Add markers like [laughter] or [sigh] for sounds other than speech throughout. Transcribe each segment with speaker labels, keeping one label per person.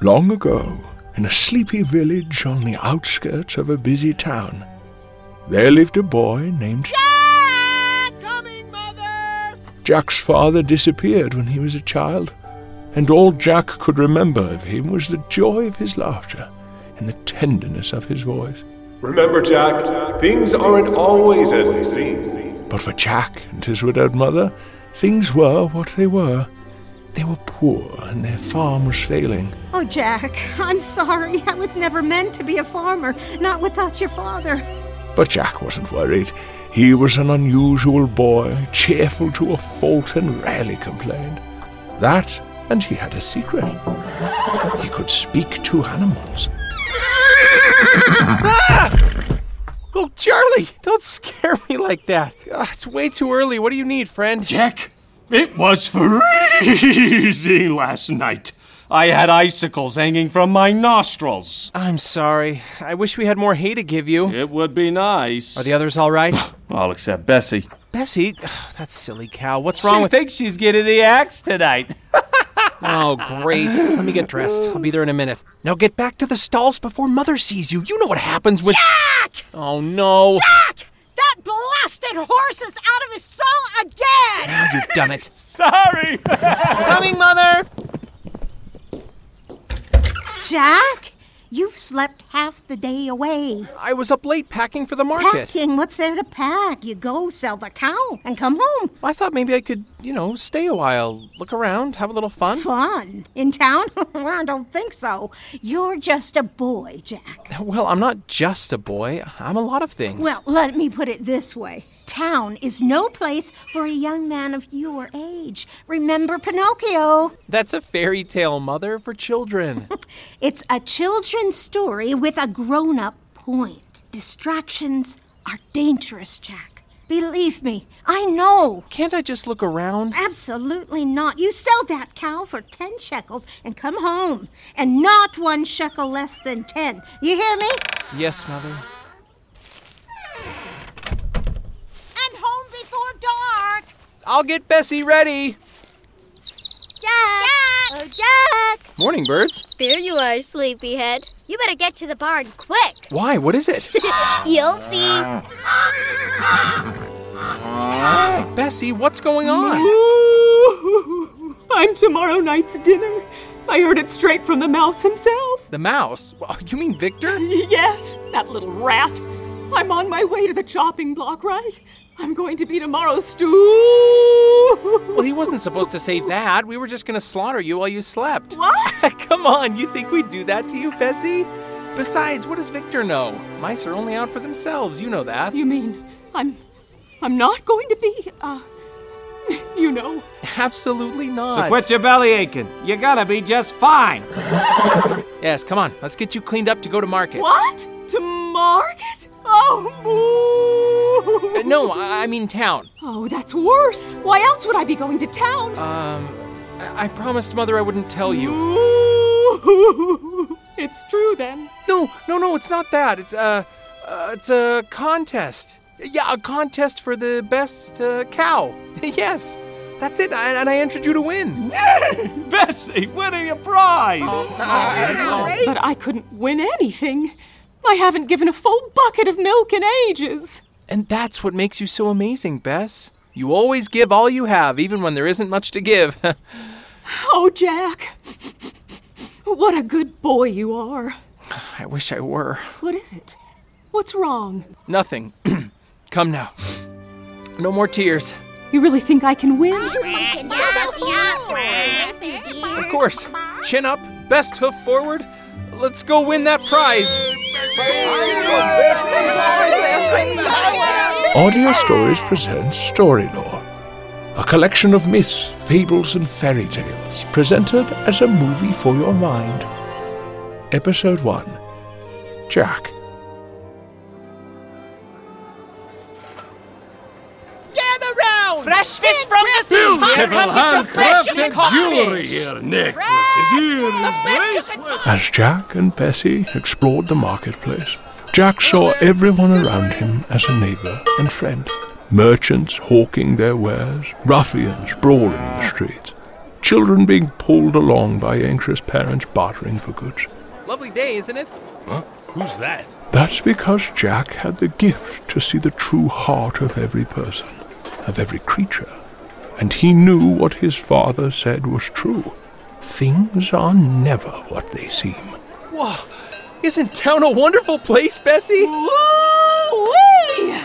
Speaker 1: long ago, in a sleepy village on the outskirts of a busy town, there lived a boy named
Speaker 2: Jack! Coming, Mother!
Speaker 1: Jack's father disappeared when he was a child, and all Jack could remember of him was the joy of his laughter and the tenderness of his voice.
Speaker 3: Remember, Jack, things aren't always as they seem.
Speaker 1: But for Jack and his widowed mother, things were what they were. They were poor and their farm was failing.
Speaker 4: Oh, Jack, I'm sorry. I was never meant to be a farmer, not without your father.
Speaker 1: But Jack wasn't worried. He was an unusual boy, cheerful to a fault and rarely complained. That, and he had a secret. He could speak to animals. [laughs]
Speaker 5: Ah! Oh, Charlie, don't scare me like that. Ah, it's way too early. What do you need, friend?
Speaker 6: Jack, it was freezing last night. I had icicles hanging from my nostrils.
Speaker 5: I'm sorry. I wish we had more hay to give you.
Speaker 6: It would be nice.
Speaker 5: Are the others all right?
Speaker 6: [laughs] All except Bessie.
Speaker 5: Bessie? [sighs] Oh, that silly cow. What's
Speaker 7: She
Speaker 5: wrong with
Speaker 7: thinks she's getting the axe tonight.
Speaker 5: [laughs] Oh, great. Let me get dressed. I'll be there in a minute. Now get back to the stalls before Mother sees you. You know what happens when.
Speaker 4: Jack!
Speaker 5: Oh, no.
Speaker 4: Jack! That blasted horse is out of his stall again!
Speaker 5: Now you've done it.
Speaker 7: Sorry.
Speaker 5: Coming, Mother!
Speaker 4: Jack? You've slept half the day away.
Speaker 5: I was up late packing for the market.
Speaker 4: Packing, what's there to pack? You go sell the cow and come home.
Speaker 5: I thought maybe I could, you know, stay a while, look around, have a little fun.
Speaker 4: Fun. In town? [laughs] I don't think so. You're just a boy, Jack.
Speaker 5: Well, I'm not just a boy. I'm a lot of things.
Speaker 4: Well, let me put it this way town is no place for a young man of your age. Remember Pinocchio?
Speaker 5: that's a fairy tale, Mother, for children.
Speaker 4: It's a children's story with a grown up point. Distractions are dangerous, Jack. Believe me, I know.
Speaker 5: Can't I just look around?
Speaker 4: Absolutely not. You sell that cow for 10 shekels and come home. And not one shekel less than 10. You hear me?
Speaker 5: Yes, Mother.
Speaker 4: And home before dark.
Speaker 5: I'll get Bessie ready.
Speaker 8: Jack! Oh, Jack!
Speaker 5: Morning, birds.
Speaker 8: There you are, sleepyhead. You better get to the barn quick. [laughs]
Speaker 5: Why? What is it?
Speaker 8: You'll see.
Speaker 5: Bessie, what's going on?
Speaker 9: Ooh, [laughs] I'm tomorrow night's dinner. I heard it straight from the mouse himself.
Speaker 5: The mouse. Well, You mean Victor?
Speaker 9: [laughs] Yes, that little rat. I'm on my way to the chopping block, right? I'm going to be tomorrow's stew.
Speaker 5: Well, he wasn't supposed to say that. We were just going to slaughter you while you slept.
Speaker 9: What?
Speaker 5: [laughs] Come on, you think we'd do that to you, Bessie? Besides, what does Victor know? Mice are only out for themselves, you know that.
Speaker 9: You mean I'm I'm not going to be uh you know,
Speaker 5: Absolutely not.
Speaker 7: so quit your belly aching. You're gonna be just fine.
Speaker 5: [laughs] Yes, come on. Let's get you cleaned up to go to market.
Speaker 9: what? To market? Oh,
Speaker 5: Uh,
Speaker 9: moo.
Speaker 5: No, I I mean town.
Speaker 9: Oh, that's worse. Why else would I be going to town?
Speaker 5: Um, I-, I promised Mother I wouldn't tell you.
Speaker 9: Ooh, it's true then.
Speaker 5: No, no, no, it's not that. It's a, uh, it's a contest. Yeah, a contest for the best uh, cow. [laughs] yes, that's it. I- and I entered you
Speaker 9: [laughs]
Speaker 5: to win.
Speaker 6: Bessie, winning a prize.
Speaker 9: Oh, But I couldn't win anything. I haven't given a full bucket of milk in ages.
Speaker 5: And that's what makes you so amazing, Bess. You always give all you have, even when there isn't much to give. [laughs]
Speaker 9: Oh, Jack. What a good boy you are.
Speaker 5: I wish I were.
Speaker 9: What is it? What's wrong?
Speaker 5: Nothing. [clears throat] Come now. No more tears.
Speaker 9: You really think I can win?
Speaker 8: Yes, indeed.
Speaker 5: Of course. Chin up, best hoof forward. Let's go win that prize.
Speaker 1: Audio Stories presents Story Lore, a collection of myths, fables, and fairy tales presented as a movie for your mind. Episode 1 Jack.
Speaker 2: Fresh fish from the sea!
Speaker 6: Beautiful handcrafted jewelry here, necklaces, earrings, bracelets.
Speaker 1: As Jack and Bessie explored the marketplace, Jack saw everyone around him as a neighbor and friend. Merchants hawking their wares, ruffians brawling in the streets, children being pulled along by anxious parents bartering for goods.
Speaker 5: Lovely day, isn't it?
Speaker 10: Who's that?
Speaker 1: That's because Jack had the gift to see the true heart of every person, of every creature, and he knew what his father said was true. Things are never what they seem.
Speaker 5: Whoa, isn't town a wonderful place, Bessie?
Speaker 9: Woo-wee!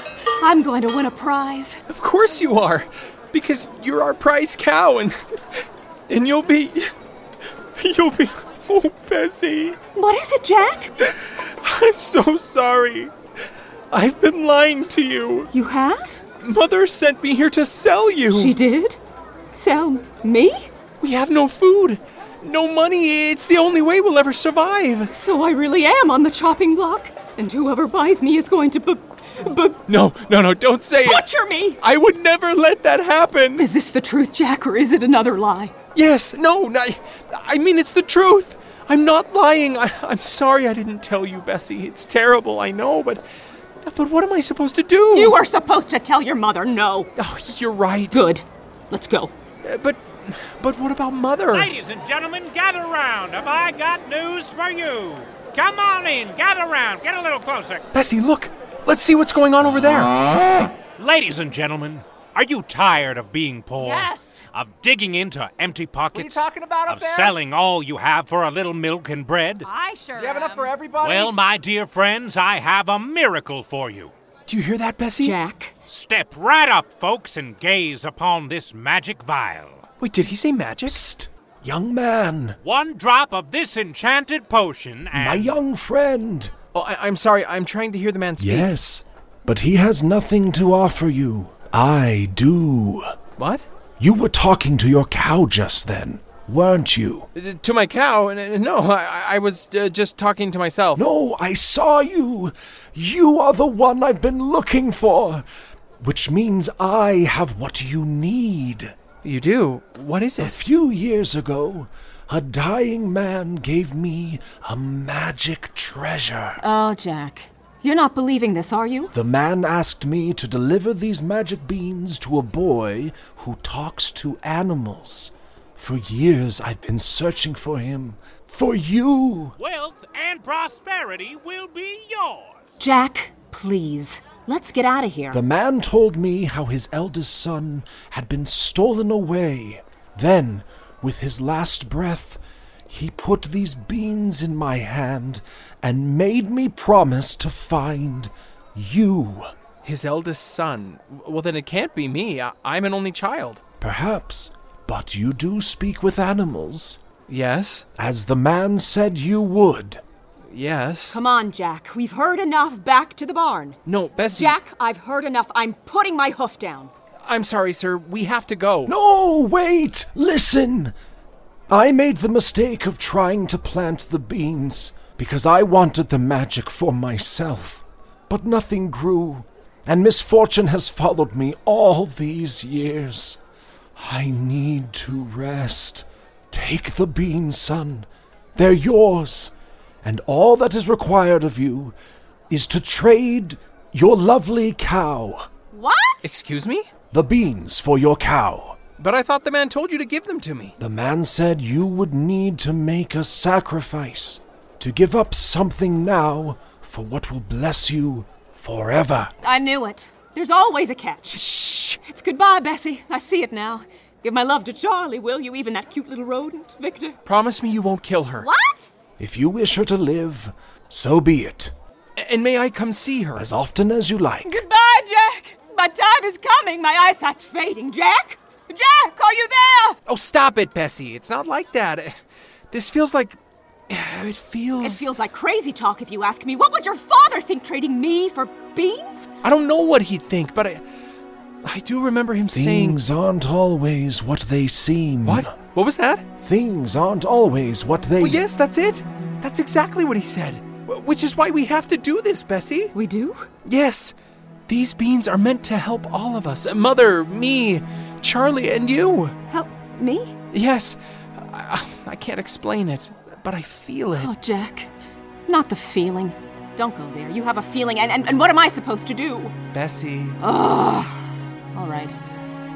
Speaker 9: I'm going to win a prize.
Speaker 5: Of course you are, because you're our prize cow, and and you'll be, you'll be. Oh, Bessie,
Speaker 9: What is it, Jack?
Speaker 5: I'm so sorry. I've been lying to you.
Speaker 9: You have?
Speaker 5: Mother sent me here to sell you.
Speaker 9: She did? Sell me?
Speaker 5: we have no food, no money. It's the only way we'll ever survive.
Speaker 9: So I really am on the chopping block, and whoever buys me is going to b- b-
Speaker 5: No, no, no! Don't say it.
Speaker 9: butcher me!
Speaker 5: I would never let that happen.
Speaker 9: Is this the truth, Jack, or is it another lie?
Speaker 5: Yes, no, no, I- I mean, it's the truth. I'm not lying. I, I'm sorry I didn't tell you, Bessie. It's terrible, I know, but. But what am I supposed to do?
Speaker 9: You were supposed to tell your mother no.
Speaker 5: Oh, you're right.
Speaker 9: Good. Let's go.
Speaker 5: Uh, But. But what about Mother?
Speaker 2: Ladies and gentlemen, gather round. Have I got news for you? Come on in, gather round. Get a little closer.
Speaker 5: Bessie, look. Let's see what's going on over there.
Speaker 2: Ladies and gentlemen, are you tired of being poor?
Speaker 9: Yes.
Speaker 2: Of digging into empty pockets?
Speaker 5: talking about up
Speaker 2: Of
Speaker 5: there?
Speaker 2: selling all you have for a little milk and bread?
Speaker 9: I sure
Speaker 5: everybody?
Speaker 2: Well, my dear friends, I have a miracle for you.
Speaker 5: Do you hear that, Bessie?
Speaker 9: Jack.
Speaker 2: Step right up, folks, and gaze upon this magic vial.
Speaker 5: Wait, did he say magic?
Speaker 10: Young man,
Speaker 2: One drop of this enchanted potion and.
Speaker 10: my young friend.
Speaker 5: Oh, I, I'm sorry. I'm trying to hear the man speak.
Speaker 10: Yes, but he has nothing to offer you. I do.
Speaker 5: What?
Speaker 10: You were talking to your cow just then, weren't you?
Speaker 5: Uh, To my cow? N- n- No, I, I- I was uh, just talking to myself.
Speaker 10: No, I saw you. You are the one I've been looking for. Which means I have what you need.
Speaker 5: You do? What is
Speaker 10: A
Speaker 5: it?
Speaker 10: few years ago, a dying man gave me a magic treasure.
Speaker 9: Oh, Jack. You're not believing this, are you?
Speaker 10: The man asked me to deliver these magic beans to a boy who talks to animals. For years I've been searching for him. For you!
Speaker 2: Wealth and prosperity will be yours.
Speaker 9: Jack, please. Let's get out of here.
Speaker 10: The man told me how his eldest son had been stolen away. Then, with his last breath, he put these beans in my hand and made me promise to find you.
Speaker 5: His eldest son. W- Well, then it can't be me. I- I'm an only child.
Speaker 10: Perhaps, but you do speak with animals,
Speaker 5: Yes.
Speaker 10: as the man said you would.
Speaker 5: Yes.
Speaker 9: Come on, Jack. We've heard enough. Back to the barn.
Speaker 5: No, Bessie.
Speaker 9: Jack, I've heard enough. I'm putting my hoof down.
Speaker 5: I'm sorry, sir. We have to go.
Speaker 10: No, wait! Listen! I made the mistake of trying to plant the beans because I wanted the magic for myself. But nothing grew, and misfortune has followed me all these years. I need to rest. Take the beans, son. They're yours. And all that is required of you is to trade your lovely cow,
Speaker 9: What?
Speaker 5: Excuse me?
Speaker 10: the beans, for your cow.
Speaker 5: But I thought the man told you to give them to me.
Speaker 10: The man said you would need to make a sacrifice, to give up something now for what will bless you forever.
Speaker 9: I knew it. There's always a catch. Shh. It's goodbye, Bessie. I see it now. Give my love to Charlie, will you? Even that cute little rodent, Victor.
Speaker 5: Promise me you won't kill her.
Speaker 9: What?
Speaker 10: If you wish her to live, so be it,
Speaker 5: A- And may I come see her?
Speaker 10: as often as you like.
Speaker 9: Goodbye, Jack. My time is coming. My eyesight's fading. Jack? Jack, are you there?
Speaker 5: Oh, stop it, Bessie. It's not like that. Eh, This feels like. eh, It feels.
Speaker 9: It feels like crazy talk if you ask me. What would your father think trading me for beans?
Speaker 5: I don't know what he'd think, but I. I do remember him saying.
Speaker 10: Things aren't always what they seem.
Speaker 5: What? What was that?
Speaker 10: Things aren't always what they.
Speaker 5: Well, yes, that's it. That's exactly what he said. Wh- Which is why we have to do this, Bessie.
Speaker 9: We do?
Speaker 5: Yes, these beans are meant to help all of us Mother, me, Charlie, and you.
Speaker 9: Help me?
Speaker 5: Yes, I, I can't explain it, but I feel it.
Speaker 9: Oh, Jack. Not the feeling. Don't go there. You have a feeling, and, and, and what am I supposed to do?
Speaker 5: Bessie.
Speaker 9: All right.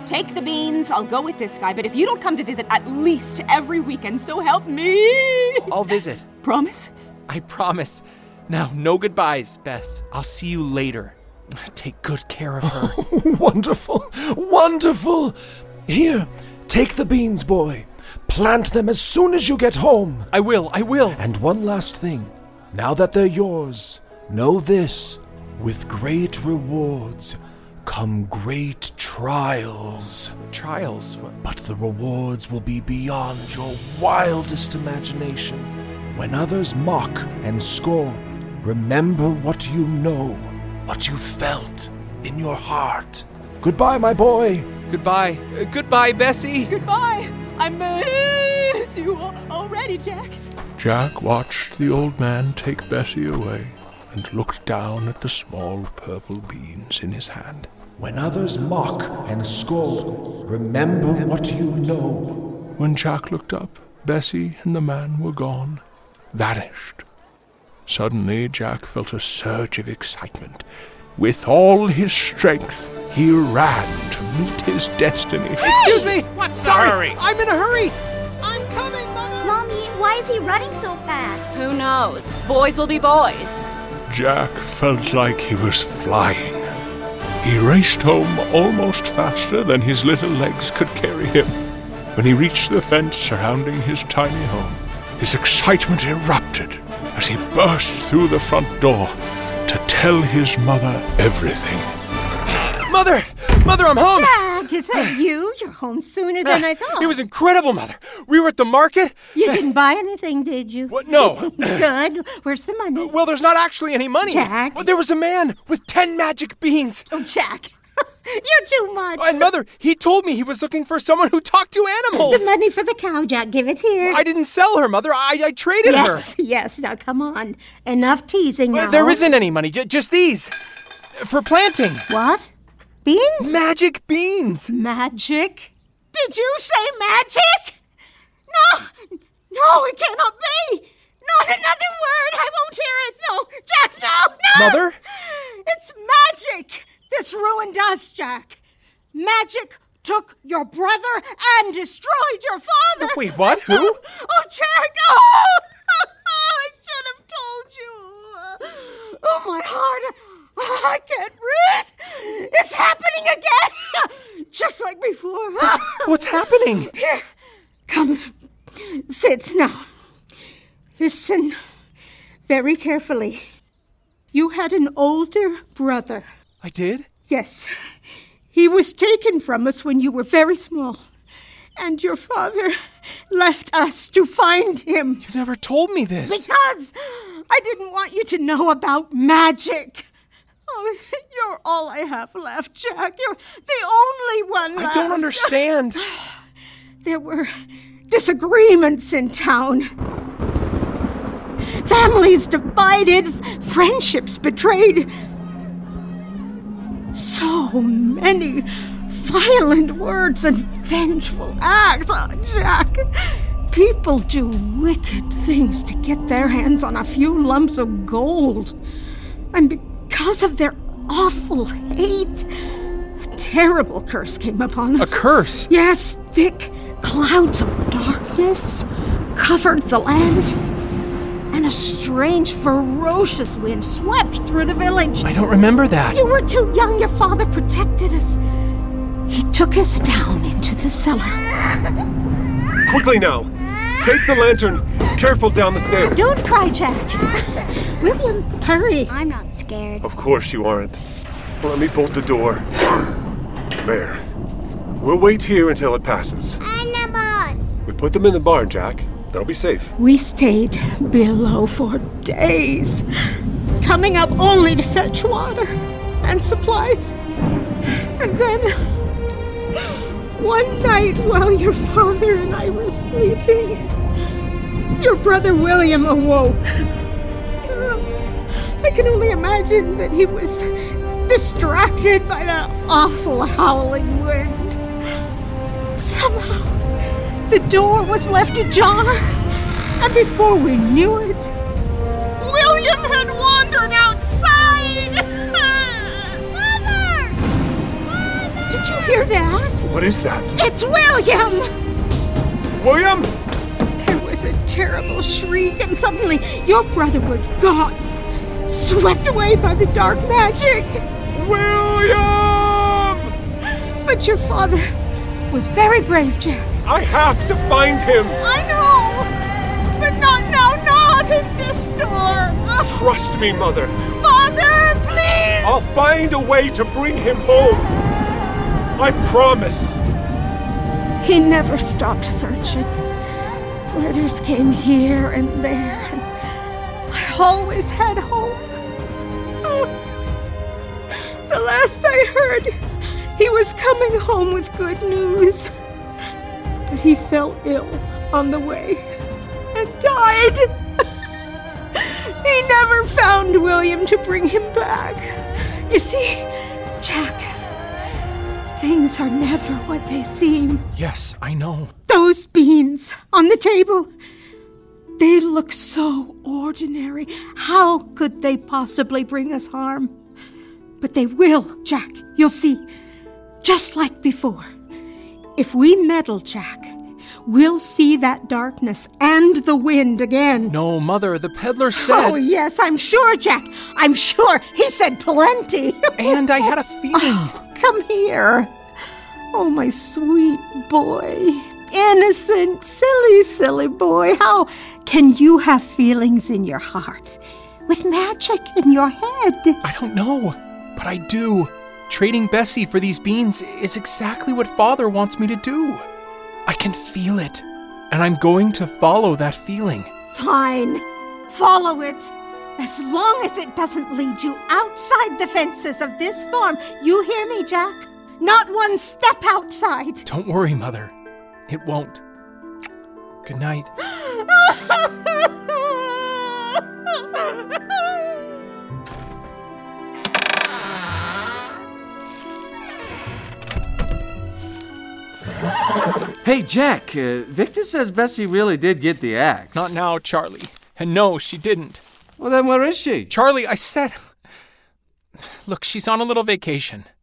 Speaker 9: Take the beans. I'll go with this guy. But if you don't come to visit at least every weekend, so help me.
Speaker 5: I'll visit.
Speaker 9: Promise?
Speaker 5: I promise. Now, no goodbyes, Bess. I'll see you later. Take good care of her.
Speaker 10: [laughs] wonderful, wonderful. Here, take the beans, boy. Plant them as soon as you get home.
Speaker 5: I will, I will.
Speaker 10: And one last thing. Now that they're yours, know this with great rewards come great trials.
Speaker 5: Trials? What?
Speaker 10: But the rewards will be beyond your wildest imagination. When others mock and scorn, remember what you know, what you felt in your heart. Goodbye, my boy.
Speaker 5: Goodbye. Uh, goodbye, Bessie.
Speaker 9: Goodbye. I miss you al- already, Jack.
Speaker 1: Jack watched the old man take Bessie away and looked down at the small purple beans in his hand.
Speaker 10: When others mock and scold, remember what you know.
Speaker 1: When Jack looked up, Bessie and the man were gone, vanished. Suddenly, Jack felt a surge of excitement. With all his strength, he ran to meet his destiny.
Speaker 5: Excuse me.
Speaker 2: What's the
Speaker 5: Sorry.
Speaker 2: hurry?
Speaker 5: I'm in a hurry.
Speaker 9: I'm coming, Mother.
Speaker 8: Mommy, why is he running so fast?
Speaker 11: Who knows? Boys will be boys.
Speaker 1: Jack felt like he was flying. He raced home almost faster than his little legs could carry him. When he reached the fence surrounding his tiny home, his excitement erupted as he burst through the front door to tell his mother everything.
Speaker 5: Mother, mother, I'm home.
Speaker 4: Jack,
Speaker 5: [sighs]
Speaker 4: is that you? You're home sooner than I thought.
Speaker 5: Ah, It was incredible, mother. We were at the market.
Speaker 4: You didn't buy anything, did you?
Speaker 5: What? No. [laughs]
Speaker 4: [laughs]
Speaker 5: Uh,
Speaker 4: Good. Where's the money?
Speaker 5: Well, there's not actually any money.
Speaker 4: Jack.
Speaker 5: Well, there was a man with ten magic beans.
Speaker 4: Oh, Jack, [laughs] you're too much.
Speaker 5: And mother, he told me he was looking for someone who talked to
Speaker 4: The
Speaker 5: animals.
Speaker 4: money for the cow, Jack. Give it here.
Speaker 5: I didn't sell her, mother. I, I traded
Speaker 4: yes,
Speaker 5: her.
Speaker 4: yes. Now come on. Enough teasing
Speaker 5: Well,
Speaker 4: now.
Speaker 5: There isn't any money. J- just these for planting.
Speaker 4: What? Beans?
Speaker 5: Magic beans.
Speaker 4: magic? Did you say magic? No, no, it cannot be. Not another word. I won't hear it. No, Jack, no, no.
Speaker 5: Mother?
Speaker 4: It's magic. This ruined us, Jack. Magic took your brother and destroyed your father.
Speaker 5: Wait, what? Who?
Speaker 4: Oh, Jack! Oh, [laughs] I should have told you. Oh, my heart. I can't breathe. It's happening again. [laughs] Just like before.
Speaker 5: What's happening?
Speaker 4: Here. Come. Sit now. Listen very carefully. You had an older brother.
Speaker 5: I did.
Speaker 4: Yes. He was taken from us when you were very small. And your father left us to find him.
Speaker 5: You never told me this.
Speaker 4: Because I didn't want you to know about magic. Oh, [laughs] you're all I have left, Jack. You're the only one left.
Speaker 5: I don't understand.
Speaker 4: [sighs] There were disagreements in town. Families divided, friendships betrayed. So many violent words and vengeful acts. Oh, Jack, people do wicked things to get their hands on a few lumps of gold. And because of their awful hate, a terrible curse came upon
Speaker 5: A
Speaker 4: us.
Speaker 5: curse.
Speaker 4: Yes, thick clouds of darkness covered the land, and a strange, ferocious wind swept through the village.
Speaker 5: I don't remember that.
Speaker 4: You were too young, your father protected us. He took us down into the cellar.
Speaker 3: Quickly now! Take the lantern! Careful down the stairs!
Speaker 4: Don't cry,
Speaker 8: [laughs]
Speaker 4: Jack. William, hurry.
Speaker 8: I'm not scared.
Speaker 3: Of course you aren't. Let me bolt the door. There. We'll wait here until it passes.
Speaker 8: Animals!
Speaker 3: We put them in the barn, Jack. They'll be safe.
Speaker 4: We stayed below for days, coming up only to fetch water and supplies. And then, one night while your father and I were sleeping, your brother William awoke. Um, I can only imagine that he was distracted by that awful howling wind. Somehow, the door was left ajar, and before we knew it, William had wandered [laughs] outside! Mother! Did you hear that?
Speaker 3: What is that?
Speaker 4: It's William!
Speaker 3: William?
Speaker 4: There was a terrible shriek, and suddenly your brother was gone, swept away by the dark magic.
Speaker 3: William!
Speaker 4: But your father was very brave, Jack.
Speaker 3: I have to find him.
Speaker 4: I know! But not now, not in this storm!
Speaker 3: Trust me, Mother.
Speaker 4: Father, please!
Speaker 3: I'll find a way to bring him home. I promise.
Speaker 4: He never stopped searching. Letters came here and there, and I always had hope. Oh, The last I heard, he was coming home with good news. But he fell ill on the way and died. he never found William to bring him back. You see, Jack, things are never what they seem.
Speaker 5: Yes, I know.
Speaker 4: Those beans on the table. They look so ordinary. How could they possibly bring us harm? But they will, Jack. You'll see. Just like before. If we meddle, Jack, we'll see that darkness and the wind again.
Speaker 5: No, Mother, the peddler said.
Speaker 4: Oh, yes, I'm sure, Jack. I'm sure. He said plenty. Oh,
Speaker 5: and I
Speaker 4: [laughs]
Speaker 5: had a feeling.
Speaker 4: come here. Oh, my sweet boy. Innocent, silly, silly boy. How can you have feelings in your heart with magic in your head?
Speaker 5: I don't know, Oh, but I do. Trading Bessie for these beans is exactly what Father wants me to do. I can feel it, and I'm going to follow that feeling.
Speaker 4: Fine. Follow it. As long as it doesn't lead you outside the fences of this farm. You hear me, Jack? Not one step outside. [laughs]
Speaker 5: Don't worry, Mother. It won't. Good night.
Speaker 7: Hey, Jack, uh, Victor says Bessie really did get the axe.
Speaker 5: Not now, Charlie. And no, she didn't.
Speaker 7: Well, then where is she?
Speaker 5: Charlie, I said. Look, she's on a little vacation.
Speaker 7: [laughs]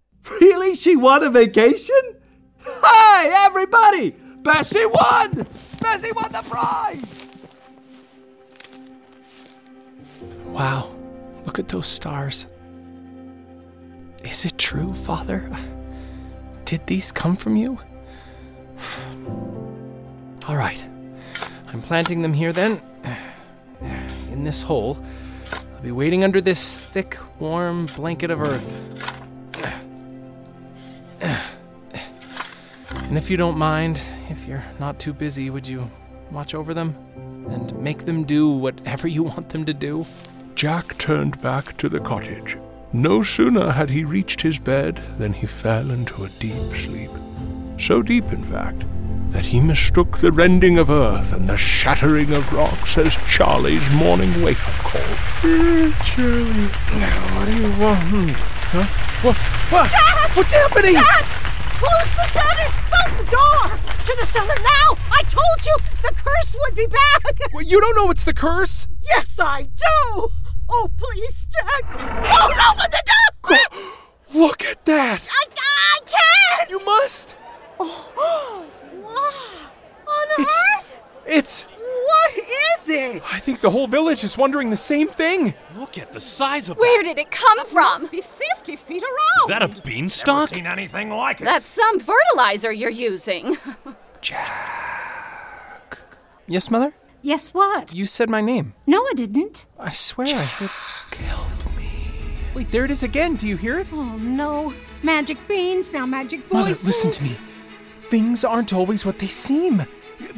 Speaker 7: Really? She won a vacation? Hi, everybody! Bessie won! Bessie won the prize!
Speaker 5: Wow, look at those stars. Is it true, Father? Did these come from you? All right. I'm planting them here then. In this hole. I'll be waiting under this thick, warm blanket of earth. And if you don't mind, if you're not too busy, would you watch over them and make them do whatever you want them to do?
Speaker 1: Jack turned back to the cottage. No sooner had he reached his bed than he fell into a deep sleep. So deep, in fact, that he mistook the rending of earth and the shattering of rocks as Charlie's morning wake up call. Charlie, what do you want? Huh? What?
Speaker 5: What? What's happening?
Speaker 4: Jack! Close the shutters! Bolt the door! To the cellar now! I told you the curse would be back!
Speaker 5: Well, you don't know it's the curse?
Speaker 4: Yes, I do! Oh, please, Jack! Don't open the door! Quick!
Speaker 5: [gasps] Look at that!
Speaker 4: I, I can't!
Speaker 5: You must!
Speaker 4: Oh, [gasps] wow! On
Speaker 5: It's-
Speaker 4: earth?
Speaker 5: It's.
Speaker 4: What is it?
Speaker 5: I think the whole village is wondering the same thing.
Speaker 6: Look at the size of
Speaker 11: Where did it come from?
Speaker 9: Must be 50
Speaker 6: Is
Speaker 9: feet around.
Speaker 6: that a beanstalk?
Speaker 2: Seen anything like it?
Speaker 11: That's some fertilizer you're using.
Speaker 5: Yes, Mother?
Speaker 4: Yes, what?
Speaker 5: You said my name.
Speaker 4: No, I didn't.
Speaker 5: I swear I heard. Help me. Wait, there it is again. Do you hear it?
Speaker 4: Oh, no. Magic beans, now magic
Speaker 5: Mother,
Speaker 4: voices.
Speaker 5: listen to me. Things aren't always what they seem.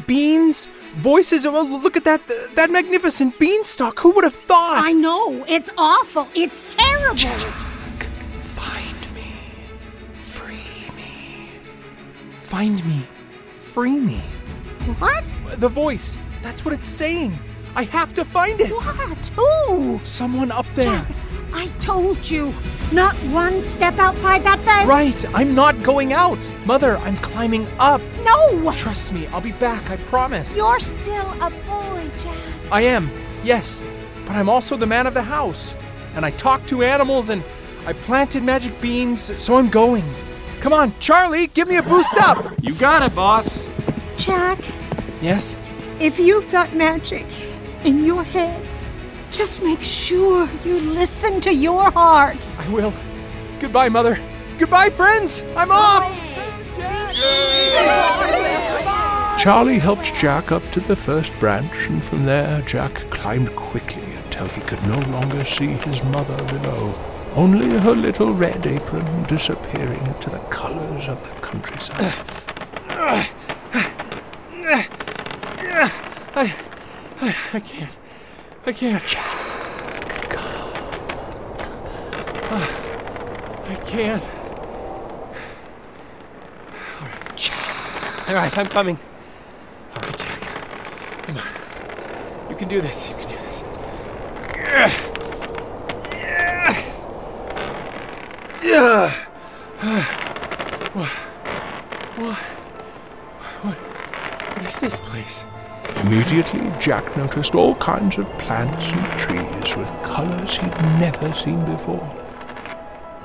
Speaker 5: Beans, voices. Oh, look at that that magnificent beanstalk. Who would have thought?
Speaker 4: I know. It's awful. It's terrible.
Speaker 5: Find me. Free me. Find me. Free me.
Speaker 4: What?
Speaker 5: The voice. That's what it's saying. I have to find it.
Speaker 4: What? Who?
Speaker 5: Someone up there.
Speaker 4: Jack, I told you. Not one step outside that fence.
Speaker 5: Right, I'm not going out. Mother, I'm climbing up.
Speaker 4: No!
Speaker 5: Trust me, I'll be back, I promise.
Speaker 4: You're still a boy, Jack.
Speaker 5: I am, yes, but I'm also the man of the house. And I talk to animals and I planted magic beans, so I'm going. Come on, Charlie, give me a boost up.
Speaker 7: You got it, boss.
Speaker 4: Jack,
Speaker 5: Yes?
Speaker 4: if you've got magic in your head, just make sure you listen to your heart.
Speaker 5: I will. Goodbye, Mother. Goodbye, friends. I'm off.
Speaker 1: Charlie helped Jack up to the first branch, and from there Jack climbed quickly until he could no longer see his mother below, only her little red apron disappearing into the colors of the countryside.
Speaker 5: I, I, I can't. I can't. Jack, come. I can't. All right, Jack. All right, I'm coming. All right, Jack. Come on. You can do this. You can do this. Yeah. Yeah. Yeah. What? What? What? What is this place?
Speaker 1: Immediately, Jack noticed all kinds of plants and trees with colors he'd never seen before.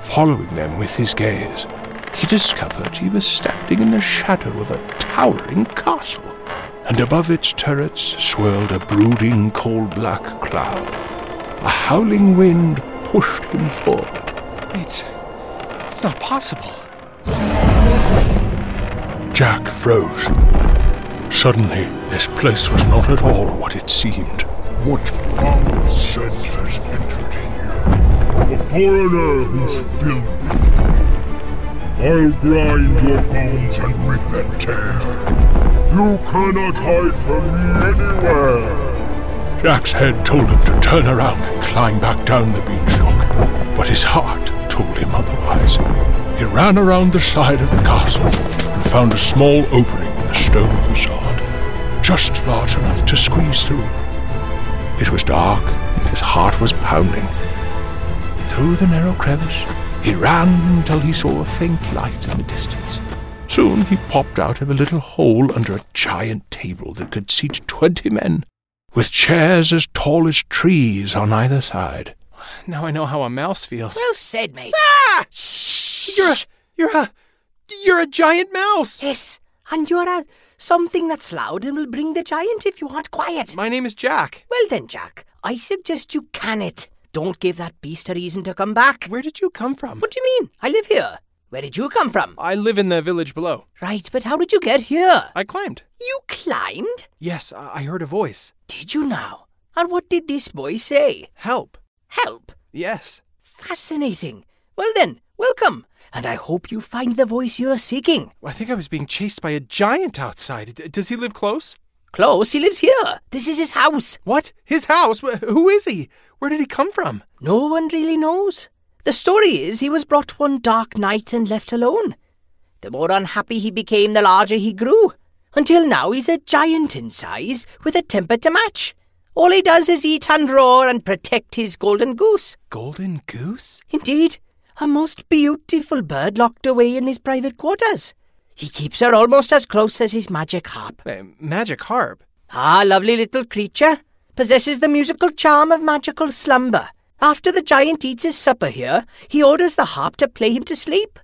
Speaker 1: Following them with his gaze, he discovered he was standing in the shadow of a towering castle, and above its turrets swirled a brooding coal black cloud. A howling wind pushed him forward.
Speaker 5: It's. It's not possible.
Speaker 1: Jack froze. Suddenly, this place was not at all what it seemed.
Speaker 12: What foul scent has entered here? A foreigner who's filled with fear. I'll grind your bones and rip and tear. You cannot hide from me anywhere.
Speaker 1: Jack's head told him to turn around and climb back down the beanstalk, but his heart told him otherwise. He ran around the side of the castle and found a small opening in the stone facade, just large enough to squeeze through. It was dark, and his heart was pounding. Through the narrow crevice, he ran until he saw a faint light in the distance. Soon he popped out of a little hole under a giant table that could seat twenty men, with chairs as tall as trees on either side.
Speaker 5: Now I know how a mouse feels.
Speaker 13: Well said, mate.
Speaker 5: Ah! You're a. You're a. You're a giant mouse.
Speaker 13: Yes, and you're a something that's loud and will bring the giant if you aren't quiet.
Speaker 5: My name is Jack.
Speaker 13: Well then, Jack, I suggest you can it. Don't give that beast a reason to come back.
Speaker 5: Where did you come from?
Speaker 13: What do you mean? I live here. Where did you come from?
Speaker 5: I live in the village below.
Speaker 13: Right, but how did you get here?
Speaker 5: I climbed.
Speaker 13: You climbed?
Speaker 5: Yes, I I heard a voice.
Speaker 13: Did you now? And what did this boy say?
Speaker 5: Help.
Speaker 13: Help?
Speaker 5: Yes.
Speaker 13: Fascinating. Well then, welcome. And I hope you find the voice you're seeking.
Speaker 5: I think I was being chased by a giant outside. D- does he live close?
Speaker 13: Close? He lives here. This is his house.
Speaker 5: What? His house? Wh- Who is he? Where did he come from?
Speaker 13: No one really knows. The story is he was brought one dark night and left alone. The more unhappy he became, the larger he grew. Until now, he's a giant in size, with a temper to match. All he does is eat and roar and protect his golden goose.
Speaker 5: Golden goose?
Speaker 13: Indeed, a most beautiful bird locked away in his private quarters. He keeps her almost as close as his magic harp.
Speaker 5: Eh, magic harp?
Speaker 13: Ah, lovely little creature. Possesses the musical charm of magical slumber. After the giant eats his supper here, he orders the harp to play him to sleep.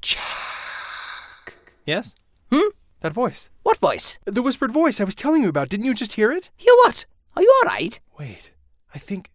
Speaker 5: Yes?
Speaker 13: Hmm?
Speaker 5: That voice.
Speaker 13: What voice?
Speaker 5: The whispered voice I was telling you about. Didn't you just hear it?
Speaker 13: Hear what? Are you all right?
Speaker 5: Wait. I think.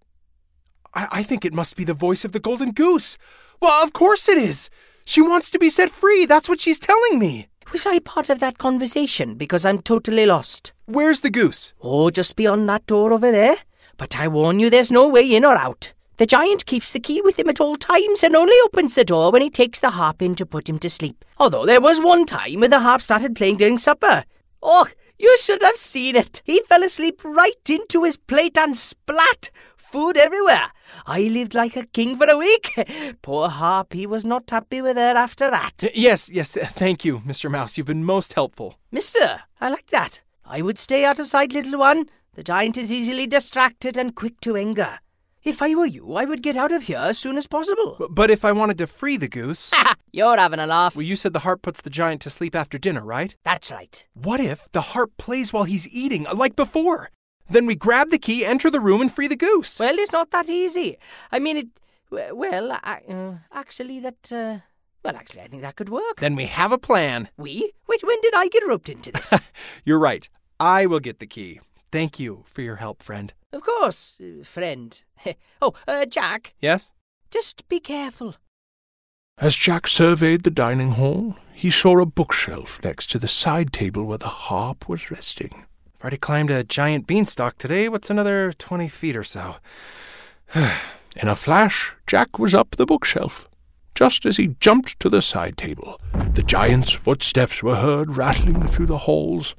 Speaker 5: I, I think it must be the voice of the golden goose. Well, of course it is. She wants to be set free. That's what she's telling me.
Speaker 13: Was I part of that conversation? Because I'm totally lost.
Speaker 5: Where's the goose?
Speaker 13: Oh, just beyond that door over there. But I warn you, there's no way in or out. The giant keeps the key with him at all times and only opens the door when he takes the harp in to put him to sleep. Although there was one time when the harp started playing during supper. Oh, you should have seen it. He fell asleep right into his plate and splat! Food everywhere. I lived like a king for a week. [laughs] Poor harp, he was not happy with her after that.
Speaker 5: D- yes, yes. eh, Thank you, Mr. Mouse. You've been most helpful.
Speaker 13: Mister, I like that. I would stay out of sight, little one. The giant is easily distracted and quick to anger. If I were you, I would get out of here as soon as possible.
Speaker 5: B- But if I wanted to free the goose.
Speaker 13: You're having a laugh.
Speaker 5: Well, you said the harp puts the giant to sleep after dinner, right?
Speaker 13: That's right.
Speaker 5: What if the harp plays while he's eating, uh, like before? Then we grab the key, enter the room, and free the goose.
Speaker 13: Well, it's not that easy. I mean, it. w- Well, I, uh, actually, that. Uh, Well, actually, I think that could work.
Speaker 5: Then we have a plan.
Speaker 13: We? Wait, when did I get roped into
Speaker 5: [laughs]
Speaker 13: this?
Speaker 5: You're right. I will get the key. Thank you for your help, friend.
Speaker 13: of course, uh, friend. [laughs] oh, uh, Jack,
Speaker 5: Yes?
Speaker 13: just be careful.
Speaker 1: As Jack surveyed the dining hall, he saw a bookshelf next to the side table where the harp was resting.
Speaker 5: I've already climbed a giant beanstalk today. What's another 20 feet or so?
Speaker 1: In a flash, Jack was up the bookshelf. Just as he jumped to the side table, the giant's footsteps were heard rattling through the halls.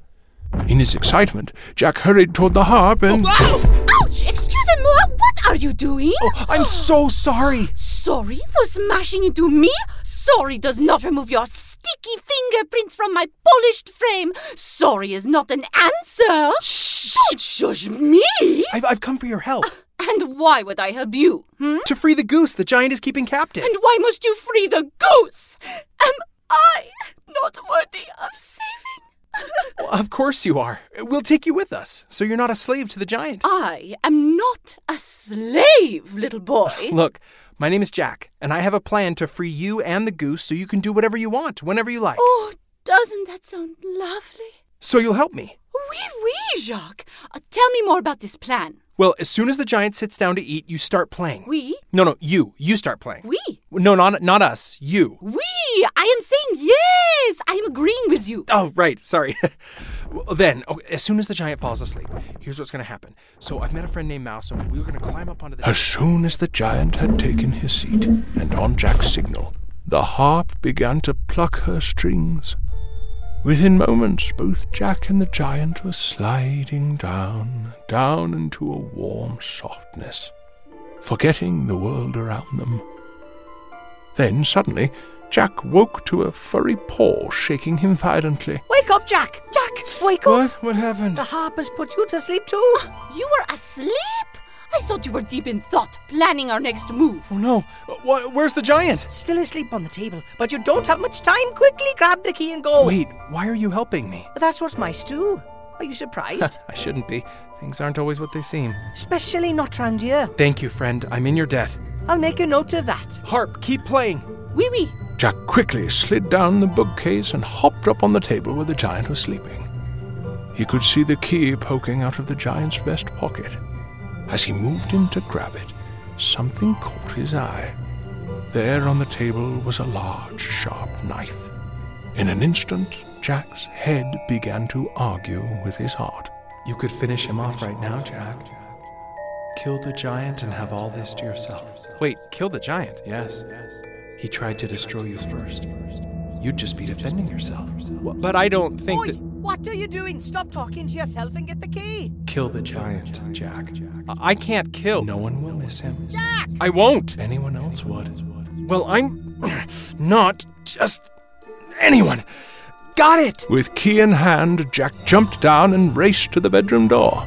Speaker 1: In his excitement, Jack hurried toward the harp and.
Speaker 14: Ouch! [laughs] Excuse me, Moa, what are you doing?
Speaker 5: Oh, I'm so sorry.
Speaker 14: Sorry for smashing into me? Sorry does not remove your sticky fingerprints from my polished frame. Sorry is not an answer. Shh! Don't judge me!
Speaker 5: I've, I've come for your help.
Speaker 14: And why would I help you? Hmm?
Speaker 5: To free the goose the giant is keeping captive.
Speaker 14: And why must you free the goose? Am I not worthy of saving?
Speaker 5: Well, of course you are. We'll take you with us, so you're not a slave to the giant.
Speaker 14: I am not a slave, little boy.
Speaker 5: [laughs] Look, my name is Jack, and I have a plan to free you and the goose so you can do whatever you want, whenever you like.
Speaker 14: Oh, doesn't that sound lovely?
Speaker 5: So you'll help me.
Speaker 14: Oui, oui, Jacques. Uh, tell me more about this plan.
Speaker 5: Well, as soon as the giant sits down to eat, you start playing.
Speaker 14: We?
Speaker 5: No, no, you. You start playing.
Speaker 14: We?
Speaker 5: No, not not us. You.
Speaker 14: We! I am saying yes! I am agreeing with you.
Speaker 5: Oh, right. Sorry. [laughs] well, then, oh, as soon as the giant falls asleep, here's what's going to happen. So I've met a friend named Mouse, and we were going to climb up onto the.
Speaker 1: As soon as the giant had taken his seat, and on Jack's signal, the harp began to pluck her strings. Within moments, both Jack and the giant were sliding down, down into a warm softness, forgetting the world around them. Then suddenly, Jack woke to a furry paw shaking him violently.
Speaker 13: Wake up, Jack! Jack, wake up!
Speaker 1: What? What happened?
Speaker 13: The harp has put you to sleep too.
Speaker 14: [gasps] You were asleep? I thought you were deep in thought, planning our next move.
Speaker 5: Oh, no. where's the giant?
Speaker 13: Still asleep on the table, but you don't have much time. Quickly grab the key and go.
Speaker 5: Wait, why are you helping me?
Speaker 13: But that's what mice do. Are you
Speaker 5: [laughs]
Speaker 13: surprised?
Speaker 5: I shouldn't be. Things aren't always what they seem.
Speaker 13: Especially not round here.
Speaker 5: Thank you, friend. I'm in your debt.
Speaker 13: I'll make a note of that.
Speaker 5: Harp, keep playing.
Speaker 14: Wee wee.
Speaker 1: Jack quickly slid down the bookcase and hopped up on the table where the giant was sleeping. He could see the key poking out of the giant's vest pocket. As he moved in to grab it, something caught his eye. There on the table was a large, sharp knife. In an instant, Jack's head began to argue with his heart.
Speaker 5: You could finish him off right now, Jack. Kill the giant and have all this to yourself. Wait, kill the giant? Yes. He tried to destroy you first. You'd just be defending yourself. But I don't think
Speaker 13: Oi,
Speaker 5: that.
Speaker 13: what are you doing? Stop talking to yourself and get the key.
Speaker 5: Kill the giant, Jack. I can't kill. No one will miss him.
Speaker 13: Jack!
Speaker 5: I won't.
Speaker 1: Anyone else would.
Speaker 5: Well, I'm [clears throat] not just anyone. Got it!
Speaker 1: With key in hand, Jack jumped down and raced to the bedroom door.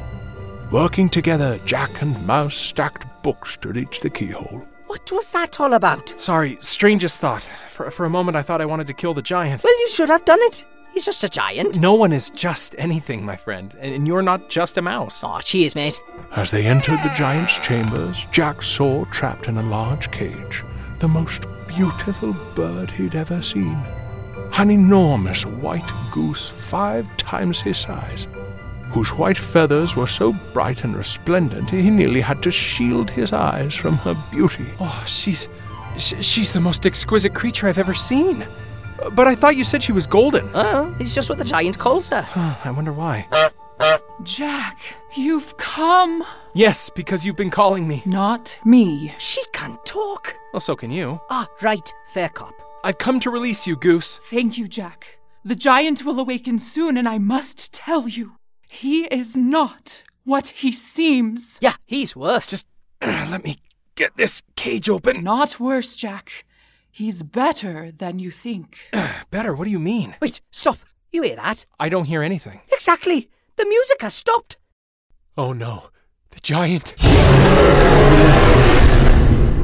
Speaker 1: Working together, Jack and Mouse stacked books to reach the keyhole.
Speaker 13: What was that all about?
Speaker 5: Sorry, strangest thought. For, for a moment, I thought I wanted to kill the giant.
Speaker 13: Well, you should have done it. He's just a giant.
Speaker 5: No one is just anything, my friend, and, and you're not just a mouse.
Speaker 13: Aw, cheers, Oh, mate.
Speaker 1: As they entered the giant's chambers, Jack saw trapped in a large cage the most beautiful bird he'd ever seen. An enormous white goose five times his size, whose white feathers were so bright and resplendent he nearly had to shield his eyes from her beauty.
Speaker 5: Oh, she's. sh- She's the most exquisite creature I've ever seen. Uh, But I thought you said she was golden.
Speaker 13: Oh, it's just what the giant calls her.
Speaker 5: Huh, I wonder why.
Speaker 15: Jack, you've come.
Speaker 5: Yes, because you've been calling me.
Speaker 15: Not me.
Speaker 13: She can't talk.
Speaker 5: Well, so can you.
Speaker 13: Ah, right, fair cop.
Speaker 5: I've come to release you, Goose.
Speaker 15: Thank you, Jack. The giant will awaken soon, and I must tell you, he is not what he seems.
Speaker 13: Yeah, he's worse. Just
Speaker 5: [clears throat] let me get this cage open.
Speaker 15: Not worse, Jack. He's better than you think.
Speaker 5: [clears throat] Better, what do you mean?
Speaker 13: Wait, stop. You hear that?
Speaker 5: I don't hear anything.
Speaker 13: Exactly. The music has stopped.
Speaker 5: Oh no, the giant.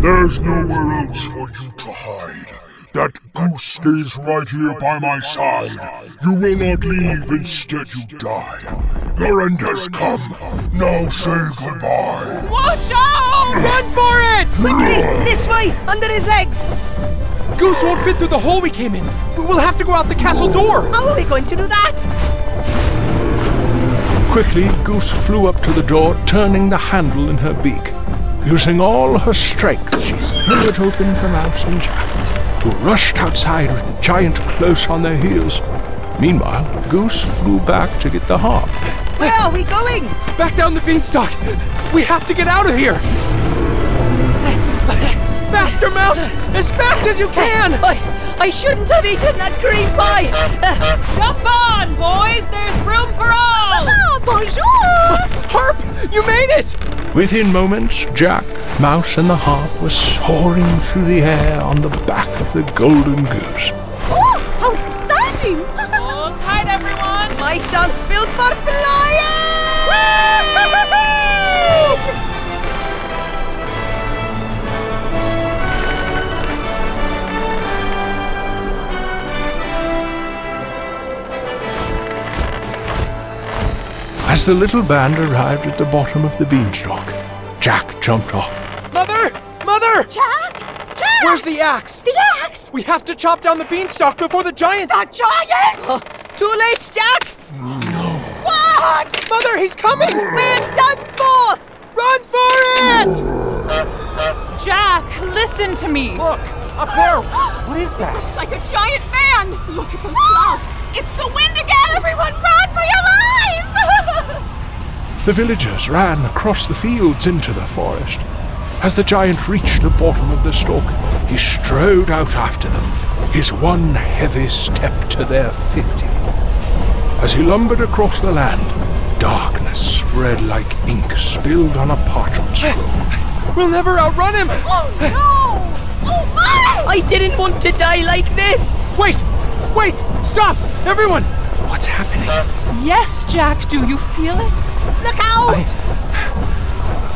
Speaker 12: There's nowhere else for you to hide. That goose stays right here by my side. You will not leave, instead, you die. Your end has come. Now say goodbye.
Speaker 15: Watch out!
Speaker 13: Run for it! Quickly! This way! Under his legs!
Speaker 5: Goose won't fit through the hole we came in. We- We'll have to go out the castle door.
Speaker 13: How are we going to do that?
Speaker 1: Quickly, Goose flew up to the door, turning the handle in her beak. Using all her strength, she threw it open for Mouse and Jack, who rushed outside with the giant close on their heels. Meanwhile, Goose flew back to get the harp.
Speaker 5: Where are we going? Back down the beanstalk. We have to get out of here. Faster, Mouse! As fast as you can!
Speaker 14: I, I shouldn't have eaten that green pie! [laughs] Jump on, boys! There's room for all! Ah, bonjour!
Speaker 5: Harp, you made it!
Speaker 1: Within moments, Jack, Mouse, and the harp were soaring through the air on the back of the golden goose.
Speaker 14: Oh, how exciting! Hold tight, everyone! My son built for flying!
Speaker 1: As the little band arrived at the bottom of the beanstalk, Jack jumped off.
Speaker 5: Mother! Mother! Jack! Jack! Where's the axe? The axe! We have to chop down the beanstalk before the giant. The giant! too late, Jack! No. What? Mother, he's coming! We're done for! Run for it!
Speaker 15: Jack, listen to me. Look, up there. What is that?
Speaker 14: Looks like a giant man! Look at those clouds! It's the wind again! Everyone run for your lives! [laughs]
Speaker 1: The villagers ran across the fields into the forest. As the giant reached the bottom of the stalk, he strode out after them, his one heavy step to their fifty. As he lumbered across the land, darkness spread like ink spilled on a parchment scroll.
Speaker 5: We'll never outrun him!
Speaker 13: Oh no! Oh my! I didn't want to die like this!
Speaker 5: Wait! Wait! Stop! Everyone! What's happening?
Speaker 15: Yes, Jack, do you feel it? Look out!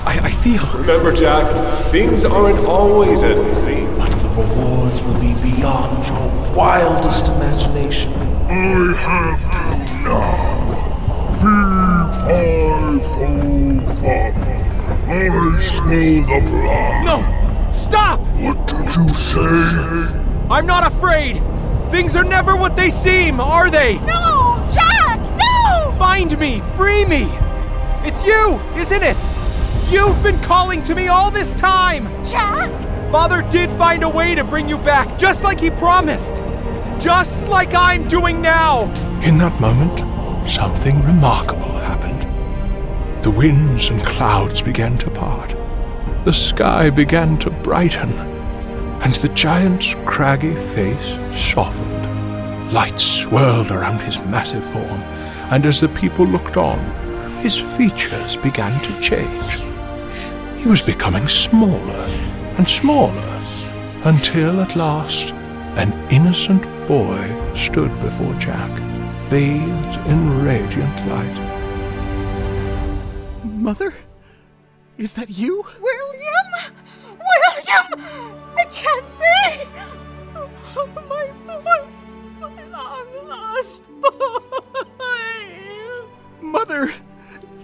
Speaker 5: I, I feel.
Speaker 3: Remember, Jack, things aren't always as it seems.
Speaker 10: But the rewards will be beyond your wildest imagination.
Speaker 12: I have you now. Fee, fi, fo, father. I smell the blood.
Speaker 5: No! Stop!
Speaker 12: What did you say?
Speaker 5: I'm not afraid! Things are never what they seem, are they?
Speaker 14: No! Jack! No!
Speaker 5: Find me! Free me! It's you, isn't it? You've been calling to me all this time!
Speaker 14: Jack!
Speaker 5: Father did find a way to bring you back, just like he promised! Just like I'm doing now!
Speaker 1: In that moment, something remarkable happened. The winds and clouds began to part. The sky began to brighten, and the giant's craggy face softened. Lights swirled around his massive form, and as the people looked on, his features began to change. He was becoming smaller and smaller, until at last, an innocent boy stood before Jack, bathed in radiant light.
Speaker 5: Mother? Is that you?
Speaker 14: William? William! It can't be! Oh, my boy! My long lost boy!
Speaker 5: Mother!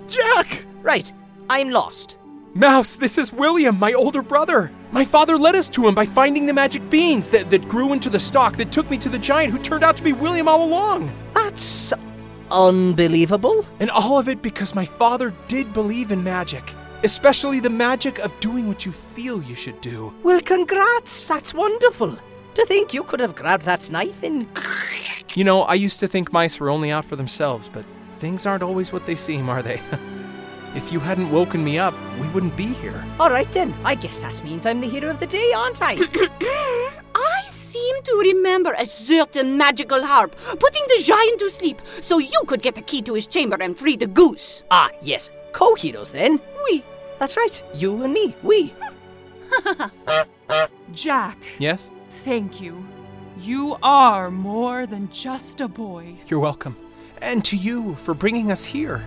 Speaker 5: Jack!
Speaker 13: Right, I'm lost.
Speaker 5: Mouse, this is William, my older brother. My father led us to him by finding the magic beans that, that grew into the stalk that took me to the giant who turned out to be William all along.
Speaker 13: That's unbelievable.
Speaker 5: And all of it because my father did believe in magic, especially the magic of doing what you feel you should do.
Speaker 13: Well, congrats, that's wonderful. To think you could have grabbed that knife and.
Speaker 5: You know, I used to think mice were only out for themselves, but things aren't always what they seem, are they? [laughs] if you hadn't woken me up, we wouldn't be here.
Speaker 13: All right then, I guess that means I'm the hero of the day, aren't I?
Speaker 14: [coughs] I seem to remember a certain magical harp putting the giant to sleep so you could get the key to his chamber and free the goose.
Speaker 13: ah, yes, co heroes then.
Speaker 14: We.
Speaker 13: That's right, you and me, we.
Speaker 15: Jack,
Speaker 5: Yes?
Speaker 15: thank you. You are more than just a boy.
Speaker 5: You're welcome. And to you for bringing us here.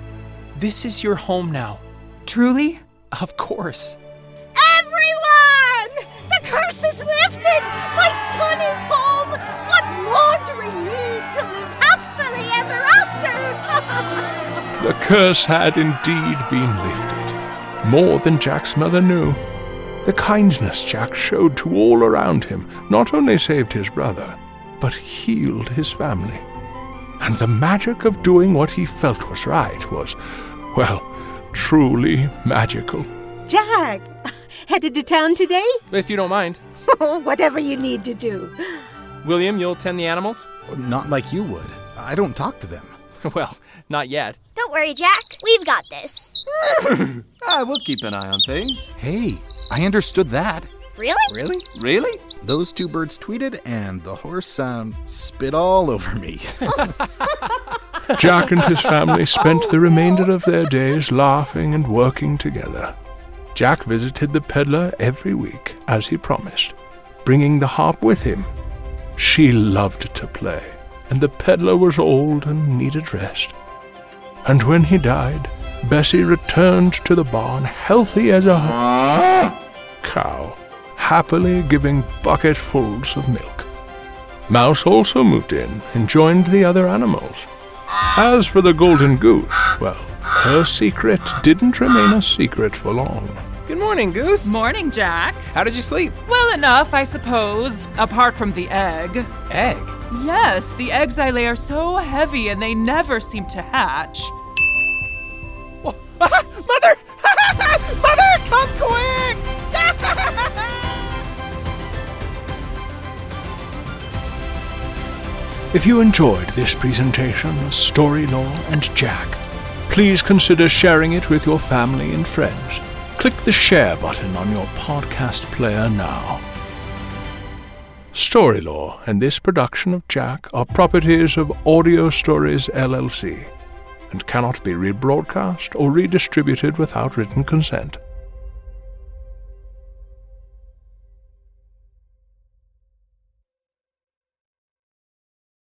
Speaker 5: This is your home now.
Speaker 15: Truly?
Speaker 5: Of course.
Speaker 14: Everyone! The curse is lifted! My son is home! What more do we need to live happily ever after? [laughs]
Speaker 1: The curse had indeed been lifted, more than Jack's mother knew. The kindness Jack showed to all around him not only saved his brother, but healed his family. And the magic of doing what he felt was right was, well, truly magical.
Speaker 4: [laughs]
Speaker 16: Jack, headed to town today?
Speaker 5: If you don't mind.
Speaker 16: Whatever you need to do.
Speaker 5: William, you'll tend the animals?
Speaker 17: Uh, Not like you would. I don't talk to them.
Speaker 5: [laughs] well, not
Speaker 6: [coughs]
Speaker 5: yet.
Speaker 8: Don't worry, Jack. We've got this.
Speaker 6: I will Ah, keep an eye on things.
Speaker 17: Hey, I understood that.
Speaker 8: Really?
Speaker 17: Really?
Speaker 6: Really?
Speaker 17: Those two birds tweeted, and the horse um, spit all over
Speaker 5: [laughs]
Speaker 17: me. [laughs]
Speaker 1: Jack and his family spent the remainder of their days laughing and working together. Jack visited the peddler every week, as he promised, bringing the harp with him. She loved to play, and the peddler was old and needed rest. And when he died, Bessie returned to the barn healthy as a cow, happily giving bucketfuls of milk. Mouse also moved in and joined the other animals. As for the golden goose, well, her secret didn't remain a secret for long.
Speaker 15: Good morning, Goose. Morning, Jack.
Speaker 5: How did you sleep?
Speaker 15: Well enough, I suppose, apart from the egg.
Speaker 5: Egg?
Speaker 15: Yes, the eggs I lay are so heavy and they never seem to hatch. Mother! Mother, come quick!
Speaker 1: If you enjoyed this presentation of Story Law and Jack, please consider sharing it with your family and friends. Click the share button on your podcast player now. Story Law and this production of Jack are properties of Audio Stories LLC and cannot be rebroadcast or redistributed without written consent.